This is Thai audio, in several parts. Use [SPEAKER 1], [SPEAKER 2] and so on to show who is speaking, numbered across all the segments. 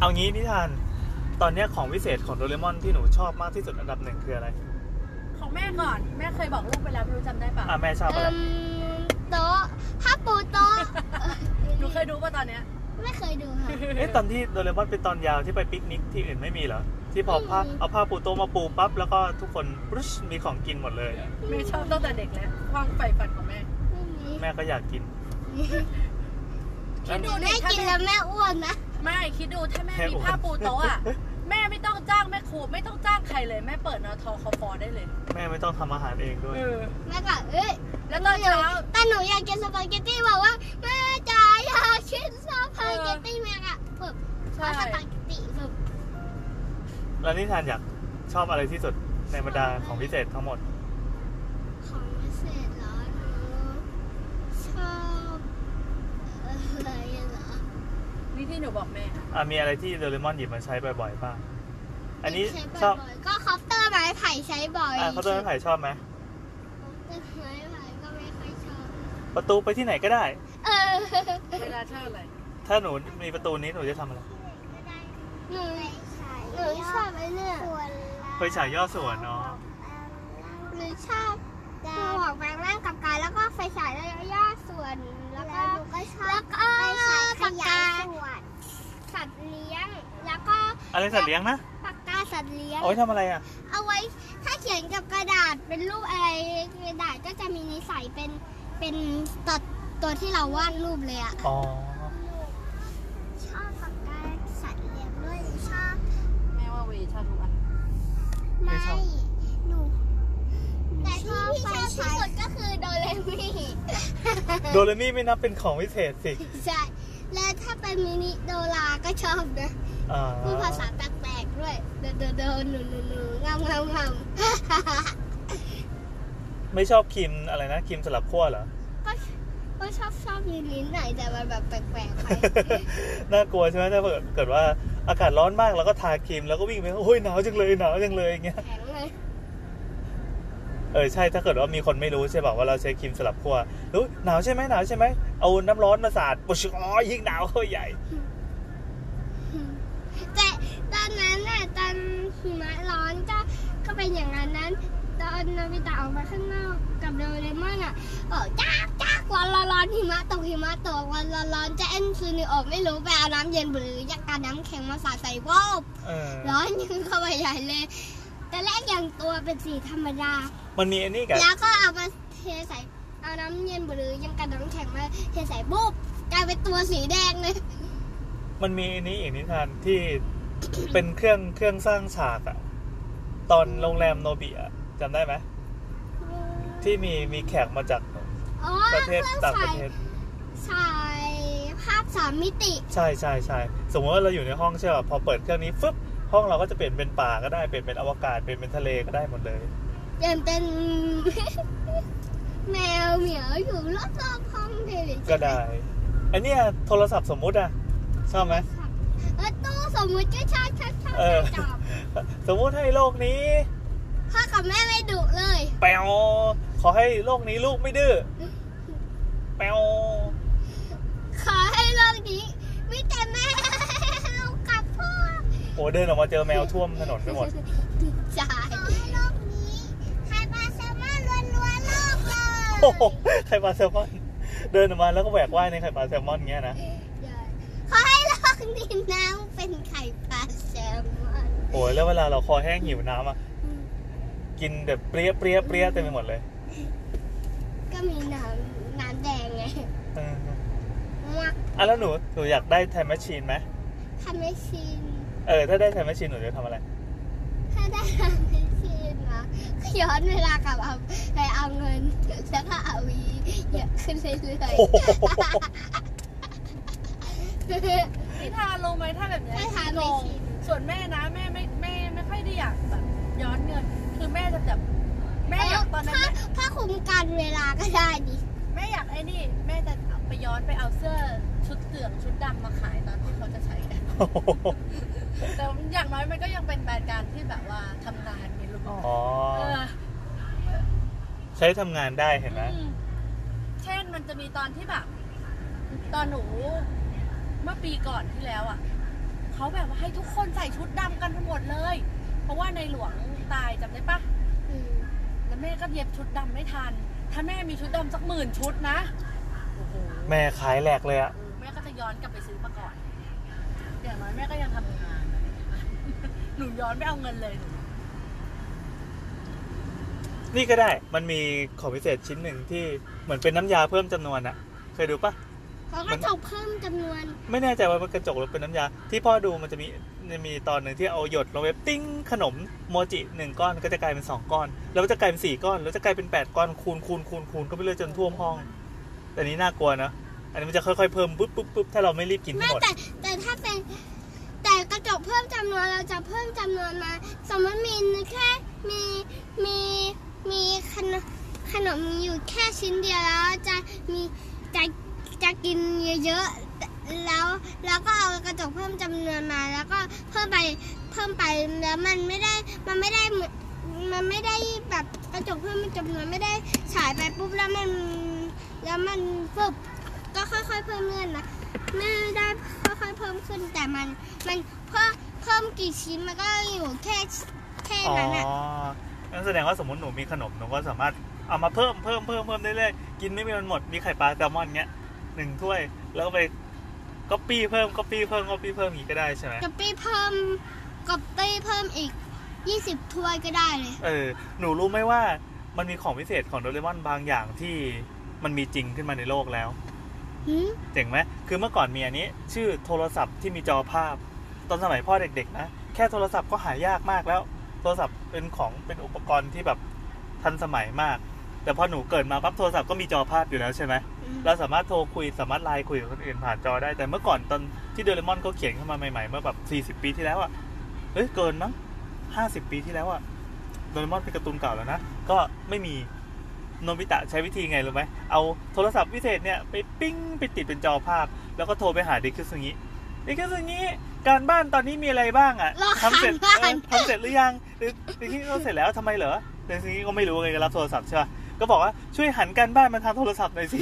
[SPEAKER 1] เอางี้นิทาน ตอนเนี้ยของวิเศษของโดเรมอนที่หนูชอบมากที่สุดอันดับหนึ่งคืออะไร
[SPEAKER 2] ของแม่ก่อน แม่เคยบอกลูกไปแล้วไม่รู้จำได้ปะ
[SPEAKER 1] อ่ะแม่ชอบอะ
[SPEAKER 3] เอิ่
[SPEAKER 1] ไร
[SPEAKER 3] มโต๊ะผ้าปูโต๊ะ
[SPEAKER 2] หนูเคยดูป่ะตอนเนี้ย
[SPEAKER 3] ไม่เคยดูค่ะ
[SPEAKER 1] เอ๊ะตอนที่โดเรมอนเป็นตอนยาวที่ไปปิกนิกที่อื่นไม่มีเหรอ ที่พอผ้า
[SPEAKER 3] ไม่มี
[SPEAKER 1] เอาผ้าปูโต๊ะมาปูปั๊บแล้วก็ทุกคนปรุชมีของกินหมดเลย
[SPEAKER 2] แม่ชอบตั้งแต่เด็กแล้วความใฝ่ฝันของแม่
[SPEAKER 3] ไม่มี
[SPEAKER 1] แม่ก็อยากกิน
[SPEAKER 2] คิดดูดิ
[SPEAKER 3] แม่
[SPEAKER 2] ถ้า
[SPEAKER 3] กินแล้วแม่อ้วนนะ
[SPEAKER 2] ไม่คิดดูถ้าแม่
[SPEAKER 1] แม่
[SPEAKER 2] มี
[SPEAKER 1] อ้วน
[SPEAKER 2] ผ้าปูโต๊ะ อ่ะ แม่ไม่ต้องจ้างแม่ครูไม่ต้องจ้างใครเลย แม่เปิดนอทอคอฟอได้เลย
[SPEAKER 1] แม่ไม่ต้องทำอาหารเองด้วย
[SPEAKER 2] เออ
[SPEAKER 3] แม่ก็เอ้ย
[SPEAKER 2] แล้วตอนเช้า
[SPEAKER 3] แต่หนูอยากกินสปาเกตตี้บอกว่าแม่จ๋าอยากกินสปาเกตตี้แม่ก็ปึ๊บ
[SPEAKER 2] ใช่
[SPEAKER 3] เอาสปาเกตตี้ปึ๊บ
[SPEAKER 1] แล้วนิทานอยากชอบอะไรที่สุดในบรรดาของพิเศษทั้งหมด
[SPEAKER 3] ของพิเศษเหรอหนูชอบอะไรเหรอ
[SPEAKER 2] นี่ที่หนูบอกแม่อะ
[SPEAKER 1] อ่ะมีอะไรที่โดเรมอนหยิบมาใช้บ่อยๆบ้าง อันนี้
[SPEAKER 3] ใช้
[SPEAKER 1] ชอบ
[SPEAKER 3] บ่อยๆก็คอปเตอร์ไม้ไผ่ใช้บ่อย
[SPEAKER 1] อ่ะเขาตัวไม้ไผ่ชอบไหม
[SPEAKER 3] คอปเตอร์ไม้ไผ่ก็ไม่ค่อยชอบ
[SPEAKER 1] ประตูไปที่ไหนก็ได้
[SPEAKER 3] เออ
[SPEAKER 2] เวลาเท่าไหร่
[SPEAKER 1] ถ้าหนูมีประตูนี้หนูจะทำอะไร
[SPEAKER 3] หนูหนูชอบไอ้เนี่ย
[SPEAKER 1] ไปฉายย่อส่วนเนาะ
[SPEAKER 3] หนูชอบหนูออกแปลงร่างกับกายแล้วก็ไฟฉายแล้วย่อส่วน แล้วก็แล้วก็ปากกาสัตว์เลี้ยง แล้วก็
[SPEAKER 1] อะไรสัตว์เลี้ยงนะ
[SPEAKER 3] ปากกาสัตว์เลี้ยง
[SPEAKER 1] เอาไว้ทำอะไรอ่ะ
[SPEAKER 3] เอาไว้ถ้าเขียนกับกระดาษเป็นรูปอะไรกระดาษก็จะมีนิสัยเป็นเป็นตัดตัวที่เราวาดรูปเลยอะ
[SPEAKER 1] อ๋อ
[SPEAKER 3] ชอบปากกาสัตว์เลี้ยงด้วยชอบ
[SPEAKER 2] แม่ว่าเวชาทุกอัน
[SPEAKER 1] ไม่ชอบ
[SPEAKER 3] หนูแต่ที่พี่ชอบที่สุดก็คือโดเรมี่
[SPEAKER 1] โดเรมี่ไม่นับเป็นของวิเศษ สิ
[SPEAKER 3] ใช่ แล้วถ้าเป็นมินิโดราก็ชอบนะ
[SPEAKER 1] เอ่อ
[SPEAKER 3] พูดภาษาแปลกๆด้วย เดนเดนเดนหนูหนูหนูงามงามงาม
[SPEAKER 1] ไม่ชอบครีมอะไรนะครีมสลับขั้วเหรอ
[SPEAKER 3] ก็ก็ชอบชอบมีลิ้นหน่อยแต่มันแบบแปลกๆไป
[SPEAKER 1] น่ากลัวใช่ไหมถ้าเกิดว่าอากาศร้อนมากแล้วก็ทาครีมแล้วก็วิ่งไปโอ้ยหนาวจังเลยหนาวจังเลยอย่างเงี้ย
[SPEAKER 3] แข็ งเลย
[SPEAKER 1] เออใช่ถ้าเกิดว่ามีคนไม่รู้ใช่ป่าว่าเราใช้ครีมสลับขั้วรู้หนาวใช่ไหมหนาวใช่ไหมเอาน้ำร้อนมาสาดปุ๊บอ๋อยิ่งหนาวเข้าไปใหญ่
[SPEAKER 3] แต่ตอนนั้นน่ะตอนหิมะร้อนก็ก็เป็นอย่างนั้นนั้น ตอนนาบิตะออกมาข้างนอกกับโดเรมอนอ่ะ เออจ้ากจ้ากวันร้อนร้อนหิมะตกหิมะตกวันร้อนร้อนจะเอ็นซูนิโออกไม่รู้ไปเอาน้ำเย็นหรือยักการน้ำแข็งมาสาดใส่วอบ
[SPEAKER 1] เออ
[SPEAKER 3] ร้อนยิ่งเข้าไปใหญ่เลย แต่แรกอย่างตัวเป็นสีธรรมดา
[SPEAKER 1] มันมีไอันนี้กับ
[SPEAKER 3] แล้วก็เอามาเทใส่เอาน้ำเย็นหรือยังการน้ำแข็งมาเทใส่บุบกลายเป็นตัวสีแดงเลย
[SPEAKER 1] มันมีไอันนี้อีกนิทานที่ เป็นเครื่องเครื่องสร้างฉากอะตอนโรงแรมโนบิอะจำได้ไหมที่มีมีแขกมาจาก
[SPEAKER 3] อ๋อ
[SPEAKER 1] ประเทศ
[SPEAKER 3] คอง
[SPEAKER 1] ต่างประ
[SPEAKER 3] ฉาย
[SPEAKER 1] เทศ
[SPEAKER 3] ฉายภาพสามมิติ
[SPEAKER 1] ใช่ใช่ใช่สมมติว่าเราอยู่ในห้องใช่ป่ะพอเปิดเครื่องนี้ฟึบห้องเราก็จะเปลี่ยนเป็นป่าก็ได้เปลี่ยนเป็นอวกาศเปลี่ยนเป็นทะเลก็ได้หมดเลย
[SPEAKER 3] เดินเป็น แมวเหมียวอยู่รอบๆห้องเทเล
[SPEAKER 1] ก็ได้ไอันนี้โทรศัพท์สมมุติอะชอบไหม
[SPEAKER 3] เออตู้สมมุติก็ชอบชอบชอบ
[SPEAKER 1] เออ
[SPEAKER 3] ชอบ
[SPEAKER 1] สมมุติให้โลกนี้
[SPEAKER 3] พ่อกับแม่ไม่ดุเลย
[SPEAKER 1] แปวขอให้โลกนี้ลูกไม่ดื้อแปว
[SPEAKER 3] ขอให้โลกนี้มีแต่แม่ลูกกับพ่อ
[SPEAKER 1] โอ้เดินออกมาเจอแมวท่วมถนนไปหมด
[SPEAKER 3] จ่ายขอให้โลกนี้ใครมาเซลมาล้วนล้วนโลกเล
[SPEAKER 1] โอ้โหไข่ปลาแซลมอน เดินออกมาแล้วก็แหวกว่ายในไข่ปลาแซลมอนเงี้ยนะ
[SPEAKER 3] ขอให้โลกนี้น้ำเป็นไข่ปลาแซลมอน
[SPEAKER 1] โอ้ยแล้วเวลาเราคอแห้งหิวน้ำอ่ะ กินแบบเปรี้ยเปรี้ยเปรี้ยเต็มไปหมดเลย
[SPEAKER 3] ก็มีน้ำน้ำแดงไง
[SPEAKER 1] เออ
[SPEAKER 3] มัก
[SPEAKER 1] อ่ะแล้วหนูหนูอยากได้ไทม์แมชชีนไหม
[SPEAKER 3] ทำไม่ชิน
[SPEAKER 1] เออถ้าได้ไทม์แมชชีนหนูจะทำอะไร
[SPEAKER 3] ถ้าได้ทำไม่ชินนะก็ย้อนเวลากลับเอาไปเอาเงิน แล้วก็เอาวีเยอะขึ้น เรื่อย
[SPEAKER 1] โอ้โห
[SPEAKER 3] ๆ
[SPEAKER 2] นิทานลงไหมถ้าแบบเนี้ย
[SPEAKER 3] ไม่ทาน
[SPEAKER 2] ล
[SPEAKER 3] ไม่
[SPEAKER 2] ง
[SPEAKER 3] ชิน
[SPEAKER 2] ส่วนแม่นะแม่ไม่แม่ไม่ค่อยได้อยากแบบย้อนเงิน คือแม่จะแบบแม่อยากตอนนั้น
[SPEAKER 3] ถ้า
[SPEAKER 2] แม่
[SPEAKER 3] ถ้าคุมการเวลาก็ได้ดิ
[SPEAKER 2] แม่อยากไอ้นี่แม่จะเอาไปย้อนไปเอาเสื้อชุดเหลืองชุดดำมาขายตอนที่เขาจะใช้กัน แต่อย่างน้อยมันก็ยังเป็นแบรนด์การที่แบบว่าทำงานมีลูก
[SPEAKER 1] อ๋อ
[SPEAKER 2] เออ
[SPEAKER 1] ใช้ทำงานได้เห็นไหม
[SPEAKER 2] อืมเช่นมันจะมีตอนที่แบบ ตอนหนู เมื่อปีก่อนที่แล้วอ่ะ เขาแบบว่าให้ทุกคนใส่ชุดดำกันทั้งหมดเลย เพราะว่าในหลวงตายจำได้ปะ
[SPEAKER 3] อืม
[SPEAKER 2] แล้วแม่ก็เย็บชุดดำไม่ทัน ถ้าแม่มีชุดดำสักหมื่นชุดนะโอ้โห
[SPEAKER 1] แม่ขายแหลกเลยอะ
[SPEAKER 2] เออแม่ก็จะย้อนกลับไปซื้อมาก่อน อย่างน้อยแม่ก็ยังทำ งาน หนูย้อนไม่เอาเงินเลยหนู
[SPEAKER 1] นี่ก็ได้ มันมีของพิเศษชิ้นหนึ่งที่เหมือนเป็นน้ำยาเพิ่มจำนวนอะเคยดูปะ
[SPEAKER 3] เขาก็จะเพิ่มจำนวน
[SPEAKER 1] ไม่แน่ใจว่ามันกระจกหรือเป็นน้ำยา ที่พ่อดูมันจะมีจะมีตอนหนึ่งที่เอาหยดลงไปติ้งขนมโมจิหนึ่งก้อนก็จะกลายเป็นสองก้อน แล้วก็จะกลายเป็นสี่ก้อน แล้วจะกลายเป็นแปดก้อนคูณคูณคูณคูณก็ไปเรื่อยจนท่วมห้อง แต่นี้น่ากลัวนะ อันนี้มันจะค่อยๆเพิ่มปุ๊บปุ๊บปุ๊บถ้าเราไม่รีบกินให้
[SPEAKER 3] แม่
[SPEAKER 1] หมด
[SPEAKER 3] แต่แต่ถ้าเป็น แต่กระจกเพิ่มจำนวนเราจะเพิ่มจำนวนมา สมมติมีแค่มีมีมีขนมขนมมีอยู่แค่ชิ้นเดียวแล้วจะมีจะจะกินเยอะๆแล้วแล้วก็เอากระจกเพิ่มจำนวนมา แล้วก็เพิ่มไปเพิ่มไปแล้วมันไม่ได้มันไม่ได้เหมือนมันไม่ได้แบบกระจกเพิ่มจำนวนไม่ได้ฉายไปปุ๊บแล้วมันแล้วมันฟึบ ก็ค่อยๆเพิ่มเงินนะไม่ได้ค่อยๆเพิ่มขึ้นแต่มันมันเพิ่มเพิ่มกี่ชิ้นมันก็อยู่แค่แค่
[SPEAKER 1] อ๋อ
[SPEAKER 3] นั้นอ่ะ
[SPEAKER 1] นั่นแสดงว่าสมมติหนูมีขนมหนูก็สามารถเอามาเพิ่มเพิ่มเพิ่มเพิ่มเรื่อยๆกินไม่มีวันหมดมีไข่ปลาแซลมอนเงี้ยหนึ่งถ้วย แล้วก็ไปก็ปี้เพิ่มก็ปี้เพิ่มก็ปี้เพิ่มอย่างงีกก็ได้ใช่ไหม
[SPEAKER 3] กับปี้เพิ่มกับปี้เพิ่มอีก 20ถ้วยก็ได้เลย
[SPEAKER 1] เออ หนูรู้ไหมว่ามันมีของพิเศษของโดเรมอนบางอย่างที่มันมีจริงขึ้นมาในโลกแล้ว
[SPEAKER 3] หืม
[SPEAKER 1] เจ๋งไหม คือเมื่อก่อนมีอันนี้ ชื่อโทรศัพท์ที่มีจอภาพ ตอนสมัยพ่อเด็กๆนะ แค่โทรศัพท์ก็หายากมากแล้ว โทรศัพท์เป็นของเป็นอุปกรณ์ที่แบบทันสมัยมาก แต่พอหนูเกิดมาปั๊บโทรศัพท์ก็มีจอภาพอยู่แล้วใช่ไหม เราสามารถโทรคุยสามารถไลน์คุยกับคนอื่นผ่านจอได้ แต่เมื่อก่อนตอนที่เดลมอนเขาเขียนขึ้นมาใหม่ๆ เมื่อแบบ40 ปีที่แล้วอะ่ะเอ้ยเกินมั้ง50 ปีที่แล้วอะ่ะเดลมอนเป็นการ์ตูนเก่าแล้วนะ ก็ไม่มีโนบิตะใช้วิธีไงรู้ไหมเอาโทรศัพท์วิเศษเนี่ยไปปิ้งไปติดเป็นจอภาพ แล้วก็โทรไปหาดิคิซึงิดิคิซึงิการบ้านตอนนี้มีอะไรบ้าง
[SPEAKER 3] รอ
[SPEAKER 1] อะ่ะทำ
[SPEAKER 3] ทำ
[SPEAKER 1] เสร็จ
[SPEAKER 3] บ้า
[SPEAKER 1] เออน ทำเสร็จหรือยังหรือดิคิซึเสร็จแล้วทำไมเหรอดิคิซึงิก็ไม่รู้ไงก็รับโทรศัพท์ใช่ปะก็บอกว่าช่วยหันการบ้านมาทางโทรศัพท์หน่อ ยสิ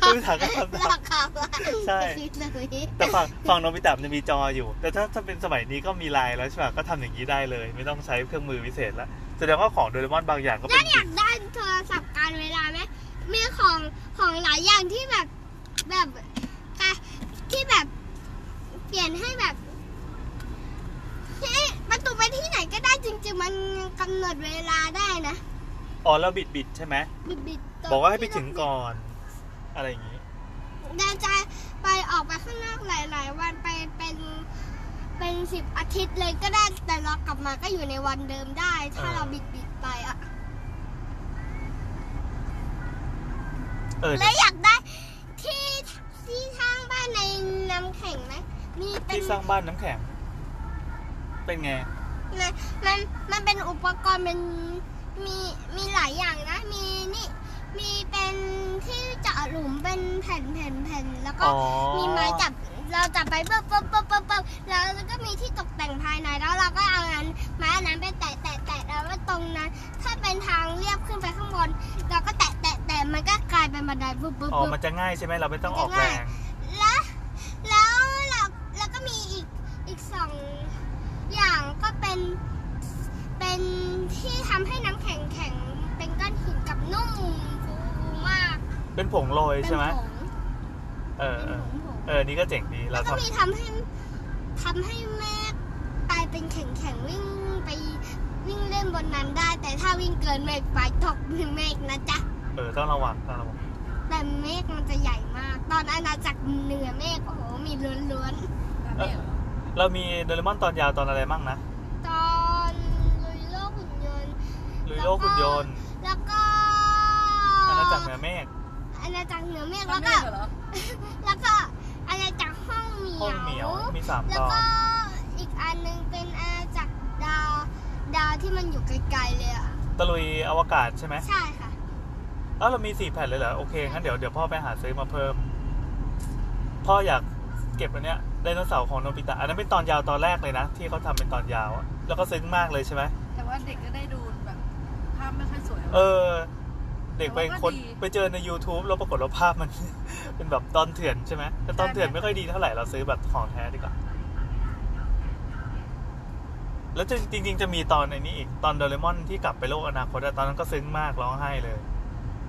[SPEAKER 1] ไปถามก็ทำได้
[SPEAKER 3] ราคาว่า
[SPEAKER 1] ใช่
[SPEAKER 3] เลย
[SPEAKER 1] แต่ฝั่งฝั่งโนบิตะมันจะมีจออยู่ แต่ถ้าถ้าเป็นสมัยนี้ก็มีไลน์แล้วใช่ปะก็ทำอย่างนี้ได้เลย ไม่ต้องใช้เครื่องมือวิเศษละแสดงว่าของโดเรมอนบางอย่างก็เป็น
[SPEAKER 3] อยากได้โทรศัพท์การเวลาไหมมีของของหลายอย่างที่แบบแบบกะที่แบบเปลี่ยนให้แบบเอ๊ะประตูไปที่ไหนก็ได้จริง ๆ มันกำหนดเวลาได้นะ
[SPEAKER 1] อ๋อแล้วบิดบิดใช่ไหม
[SPEAKER 3] บิดบิดตน
[SPEAKER 1] บอกว่าให้ไปถึง
[SPEAKER 3] ที่
[SPEAKER 1] ก่อน อะไรอย่างนี้
[SPEAKER 3] เราเราจะไปออกไปข้างนอกหลาย ๆ วันไปเป็นเป็นสิบอาทิตย์เลยก็ได้ แต่เรากลับมาก็อยู่ในวันเดิมได้ ถ้า
[SPEAKER 1] อ่า
[SPEAKER 3] เราบิดบิดไปอะ
[SPEAKER 1] เออ
[SPEAKER 3] แล้วอยากได้ที่ที่ทางบ้านในน้ำแข็งไหมมีเป็
[SPEAKER 1] ที่
[SPEAKER 3] น
[SPEAKER 1] สร้างบ้านน้ำแข็ง เป็นไง
[SPEAKER 3] นะมันมันเป็นอุปกรณ์เป็นมีมีหลายอย่างนะ มีนี่มีเป็นที่เจาะหลุมเป็นแผ่นแผ่นแผ่นแล้วก็
[SPEAKER 1] อ๋อ
[SPEAKER 3] มีไม้จับ เราจับไปปุ๊บปุ๊บปุ๊บปุ๊บปุ๊บแล้วก็มีที่ตกแต่งภายใน แล้วเราก็เอานั้นไม้อันนั้นไปแตะแตะแตะแล้วก็ตรงนั้น ถ้าเป็นทางเรียบขึ้นไปข้างบน เราก็แตะแตะแตะมันก็กลายเป็นบันไดปุ๊บปุ๊บ
[SPEAKER 1] อ๋อ
[SPEAKER 3] ปุ๊บ
[SPEAKER 1] มันจะง่ายใช่ไหมเราไม่ต้องออก
[SPEAKER 3] มั
[SPEAKER 1] แร
[SPEAKER 3] นจะง่าย
[SPEAKER 1] ง
[SPEAKER 3] แล้วแล้วเราแล้วก็มีอีกอีกสองอย่างก็เป็นเป็นที่ทำให้น้ำแข็งแข็งเป็นก้อนหินกับนุ่มฟูมาก
[SPEAKER 1] เป็นผงโรย
[SPEAKER 3] เป็น
[SPEAKER 1] ใช่ไหม
[SPEAKER 3] ผง
[SPEAKER 1] เออ
[SPEAKER 3] เป็น
[SPEAKER 1] เออ
[SPEAKER 3] ผงผง
[SPEAKER 1] เออนี่ก็เจ๋งดีเรา
[SPEAKER 3] แล้วก็
[SPEAKER 1] ทำ
[SPEAKER 3] มีทำให้ทำให้แม่กลายเป็นแข็งแข็งๆวิ่งไปวิ่งเล่นบนนั้นได้ แต่ถ้าวิ่งเกินเมฆไปตกพื้นเมฆนะจ๊ะ
[SPEAKER 1] เออต้องระวังต้องระวัง
[SPEAKER 3] แต่เมฆมันจะใหญ่มาก ตอนอาณาจักรเหนือเมฆโอ้โหมีล้วน
[SPEAKER 2] แบบนี้เหรอ
[SPEAKER 1] เรามีโดเรมอนตอนยาวตอนอะไรมั่งนะ
[SPEAKER 3] ๆ ตอนลุยโลกหุ่นยนต์
[SPEAKER 1] ลุยโลกหุ่นยนต์
[SPEAKER 3] แล้วก็
[SPEAKER 1] อาณาจักรเหนือเมฆ
[SPEAKER 3] อาณาจักรเหนือเมฆ
[SPEAKER 2] ตอน
[SPEAKER 3] แล้ว
[SPEAKER 2] นี้
[SPEAKER 3] ก็
[SPEAKER 2] เหรอ
[SPEAKER 3] แล้วก็อาณาจักรห้องเหมี
[SPEAKER 1] ห้องเหมีย
[SPEAKER 3] ยว ว
[SPEAKER 1] มีสาม
[SPEAKER 3] แล้
[SPEAKER 1] ต
[SPEAKER 3] ว
[SPEAKER 1] อน
[SPEAKER 3] ก็อีกอันหนึงเป็นอาณาจักรดาวดาวที่มันอยู่ไกลๆเลยอ่ะ
[SPEAKER 1] ตะลุยอวกาศใช่ไหม
[SPEAKER 3] ใช่ค่ะ
[SPEAKER 1] เอ้าเรามีสี่แผ่นเลยเหรอ โอเค งั้นเดี๋ยวเดี๋ยวพ่อไปหาซื้อมาเพิ่ม พ่ออยากเก็บอันเนี้ยไดโนเสาร์ของโนบิตะ อันนั้นเป็นตอนยาวตอนแรกเลยนะ ที่เขาทำเป็นตอนยาวอะแล้วก็ซึ้งมากเลยใช่ไหม
[SPEAKER 2] แต่ว่าเด็กก็ได้ดูแบบ ภาพไม่ค่อยสวย
[SPEAKER 1] เออ เด็กไปคนไปเจอใน YouTube แล้วปร ากฏว่าภาพมัน เป็นแบบตอนเถื่อนใช่ไหมแต่ตอนเถื่อนไม่ค่อยดีเท่าไหร่ เราซื้อแบบของแท้ดีกว่า แล้วจริงจริง ๆ จะมีตอนในนี้อีกตอนโดเรมอนที่กลับไปโลกอนาคตอะตอนนั้นก็ซึ้งมากร้องไห้เลย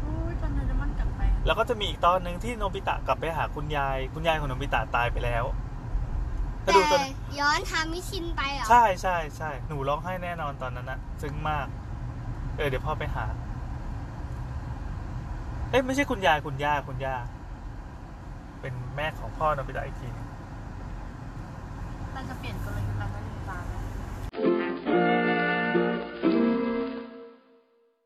[SPEAKER 2] โอ้ยตอนโดเรมอนกลับไปอะ
[SPEAKER 1] แล้วก็จะมีอีกตอนหนึ่งที่โนบิตะกลับไปหาคุณยาย คุณยายของโนบิตะตายไปแล้วถ้า
[SPEAKER 3] แต่
[SPEAKER 1] ดูจน
[SPEAKER 3] ย้อนทำมิชินไปเหรอ
[SPEAKER 1] ใช่ใช่ใช่หนูร้องไห้แน่นอนตอนนั้นอะซึ้งมาก เออเดี๋ยวพ่อไปหา เอ้ยไม่ใช่คุณยายคุณย่าคุณย่าเป็นแม่ของพ่อโนบิตะอีกทีหนึง
[SPEAKER 2] เราจะเปลี่ยนกลยุทธ์เราไม่ลืมตาแล้ว